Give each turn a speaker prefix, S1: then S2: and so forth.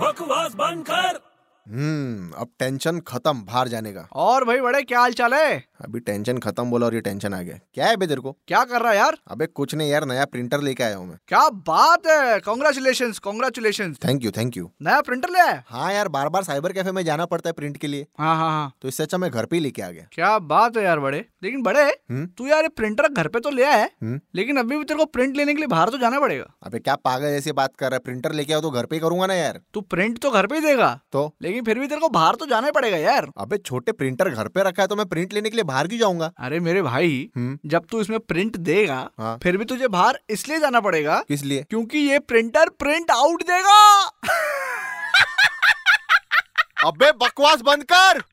S1: बकवास बंद कर
S2: हम्म अब टेंशन खत्म बाहर जाने का
S3: और भाई बड़े क्या हाल चाल है
S2: अभी टेंशन खत्म बोला और ये टेंशन आ गया क्या है बे तेरे को
S3: क्या कर रहा है यार
S2: अबे कुछ नहीं यार नया प्रिंटर लेके आया हूँ मैं
S3: क्या बात है congratulation congratulation
S2: thank you thank you
S3: नया प्रिंटर ले आया है?
S2: हाँ यार बार बार साइबर कैफे में जाना पड़ता है प्रिंट के लिए
S3: हाँ हाँ हाँ
S2: तो इससे अच्छा मैं घर पे ही लेके आ गया
S3: क्या बात है यार बड़े लेकिन बड़े
S2: हम्म?
S3: तू यार ये प्रिंटर घर पे तो ले आया है
S2: हम्म?
S3: लेकिन अभी भी तेरे को प्रिंट लेने के लिए बाहर तो जाना पड़ेगा
S2: अबे क्या पागल जैसी बात कर रहा है प्रिंटर लेके आओ तो घर पे ही करूंगा ना यार
S3: तू प्रिंट तो घर पे ही देगा
S2: तो
S3: लेकिन फिर भी तेरे को बाहर तो जाना ही पड़ेगा यार
S2: अबे छोटे प्रिंटर घर पे रखा है तो मैं प्रिंट लेने के लिए बाहर क्यों जाऊंगा
S3: अरे मेरे भाई
S2: हम्म
S3: जब तू इसमें प्रिंट देगा
S2: हाँ।
S3: फिर भी तुझे बाहर इसलिए जाना पड़ेगा
S2: किस लिए
S3: क्योंकि ये प्रिंटर प्रिंट आउट देगा
S2: अबे बकवास बंद कर